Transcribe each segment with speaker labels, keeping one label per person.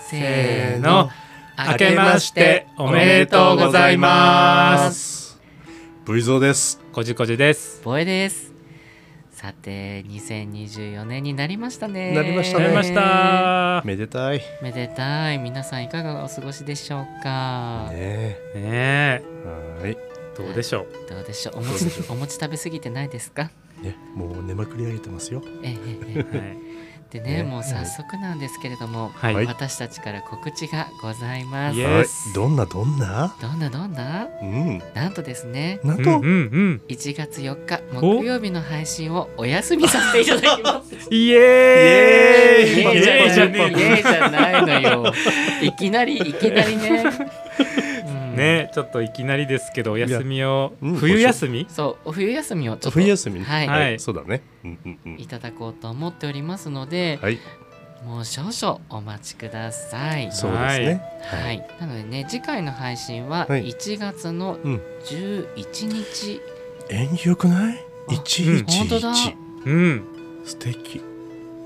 Speaker 1: せーの明けましておめでとうございます。
Speaker 2: V ゾーです。
Speaker 1: こじこじです。
Speaker 3: ボエです。さて、2024年になりましたね。
Speaker 2: なりました
Speaker 1: や
Speaker 2: ね
Speaker 1: りました。ね
Speaker 2: めでたい。ね
Speaker 3: めでたい。皆さんいかがお過ごしでしょうか。
Speaker 2: え。
Speaker 1: え、
Speaker 2: はーい。
Speaker 1: どうでしょう。
Speaker 3: どうでしょう。お
Speaker 2: どう
Speaker 3: 餅
Speaker 2: でしょ
Speaker 3: お餅食べ過ぎてないですか。
Speaker 2: ね、もう寝まくり上げてますよ。
Speaker 3: ええええ
Speaker 1: はい。
Speaker 3: ええでね、
Speaker 2: ね
Speaker 3: もう早速なんですけれども、
Speaker 1: はい
Speaker 2: はい
Speaker 3: 私たちから告知がございます。
Speaker 1: イエ
Speaker 3: ど
Speaker 1: ー Yes
Speaker 2: はいどんなどんなん
Speaker 3: などんな？
Speaker 2: うん。
Speaker 3: なんとですね。
Speaker 2: なん
Speaker 1: うん
Speaker 2: と
Speaker 1: う、ん
Speaker 3: 1月4日木曜日の配信をお休みさせていただきます。
Speaker 1: うん。イエーイ。
Speaker 3: イエ
Speaker 2: イ
Speaker 3: ーイじゃね
Speaker 2: イエーイ
Speaker 3: えイエーイじゃないのよ。いきなりいきなりね。うん
Speaker 1: ねえ、ちょっといきなりですけどお休みを
Speaker 2: いやうん
Speaker 1: 冬休み？
Speaker 3: そうお冬休みをちょっと
Speaker 2: 冬休みね。
Speaker 3: はい、、
Speaker 1: はいい
Speaker 2: そうだね。うんうんうん。
Speaker 3: ただこうと思っておりますので、
Speaker 2: はい。
Speaker 3: もう少々お待ちください。
Speaker 2: そうですね。
Speaker 3: は。い、なのでね次回の配信は
Speaker 2: はい
Speaker 3: 1月の
Speaker 2: うん
Speaker 3: 11日、
Speaker 2: 縁起良くない
Speaker 3: あ
Speaker 2: ?111。
Speaker 3: 本当だ
Speaker 1: うん。
Speaker 2: 素敵。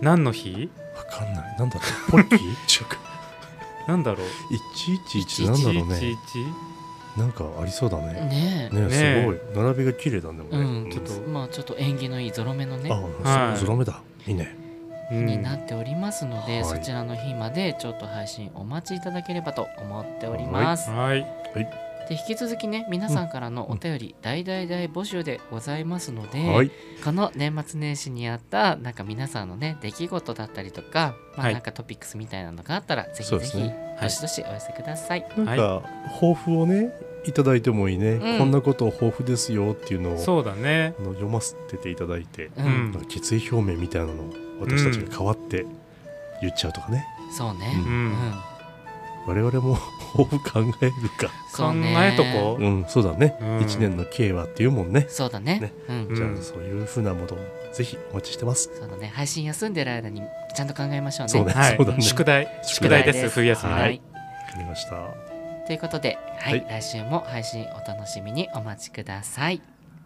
Speaker 1: 何の日？
Speaker 2: わかんない。なんだろう。ポッキー違うか
Speaker 1: なんだろう。
Speaker 2: ?111 なんだろうね。
Speaker 1: 111
Speaker 2: なんかありそうだね。
Speaker 3: ね
Speaker 2: ね
Speaker 1: ね
Speaker 2: すごい。並びが綺麗だね。
Speaker 3: え、
Speaker 2: も
Speaker 3: うん、
Speaker 2: ね
Speaker 3: ちょっとまあちょっと縁起のいいゾロ目のね、
Speaker 2: あ
Speaker 1: は、い
Speaker 2: ゾロ目だ。いいね。
Speaker 1: うん
Speaker 3: になっておりますので、
Speaker 2: はい
Speaker 3: そちらの日までちょっと配信お待ちいただければと思っております。
Speaker 1: はい。
Speaker 3: で引き続きね皆さんからのお便り大大大募集でございますので、
Speaker 2: はい。
Speaker 3: この年末年始にあったなんか皆さんのね出来事だったりとか、ま
Speaker 1: は
Speaker 3: あ、
Speaker 1: い
Speaker 3: なんかトピックスみたいなのがあったら、ぜひ
Speaker 2: そう
Speaker 3: ぜ
Speaker 2: です
Speaker 3: ひ、
Speaker 2: ね
Speaker 1: はい
Speaker 3: どしどしお寄せください。
Speaker 2: なんか抱負をねいただいてもいいね、
Speaker 3: うん
Speaker 2: こんなことを抱負ですよっていうのを
Speaker 1: そうだね。
Speaker 2: あの読ませていただいて、
Speaker 3: うん
Speaker 1: うん
Speaker 2: なんか決意表明みたいなのを私たちが代わって言っちゃうとかね、
Speaker 3: そう
Speaker 1: う
Speaker 3: ね。うん
Speaker 1: ん。
Speaker 2: 我々も 抱負考えるか
Speaker 3: そ
Speaker 1: 考
Speaker 3: うね
Speaker 1: えとこ
Speaker 2: うんそうだね、
Speaker 1: うん
Speaker 2: 一年の計はっていうもんね、
Speaker 3: そうだね
Speaker 2: ね
Speaker 3: うん
Speaker 1: うん
Speaker 2: じゃあそういうふうなものをぜひお待ちしてます、
Speaker 3: そうだね配信休んでる間にちゃんと考えましょうね。
Speaker 2: そう
Speaker 1: う。
Speaker 2: ね
Speaker 1: はい
Speaker 2: そうだ。ね
Speaker 1: 宿題。宿題です。冬休み。
Speaker 2: は
Speaker 3: はいい。
Speaker 2: わかりました
Speaker 3: ということで、は、
Speaker 2: はい
Speaker 3: 来週も配信お楽しみにお待ちください。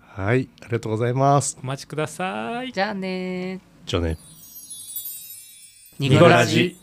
Speaker 2: はいありがとうございます
Speaker 1: お待ちください。
Speaker 3: じゃあねー。
Speaker 2: じゃあね
Speaker 1: ニコラジ。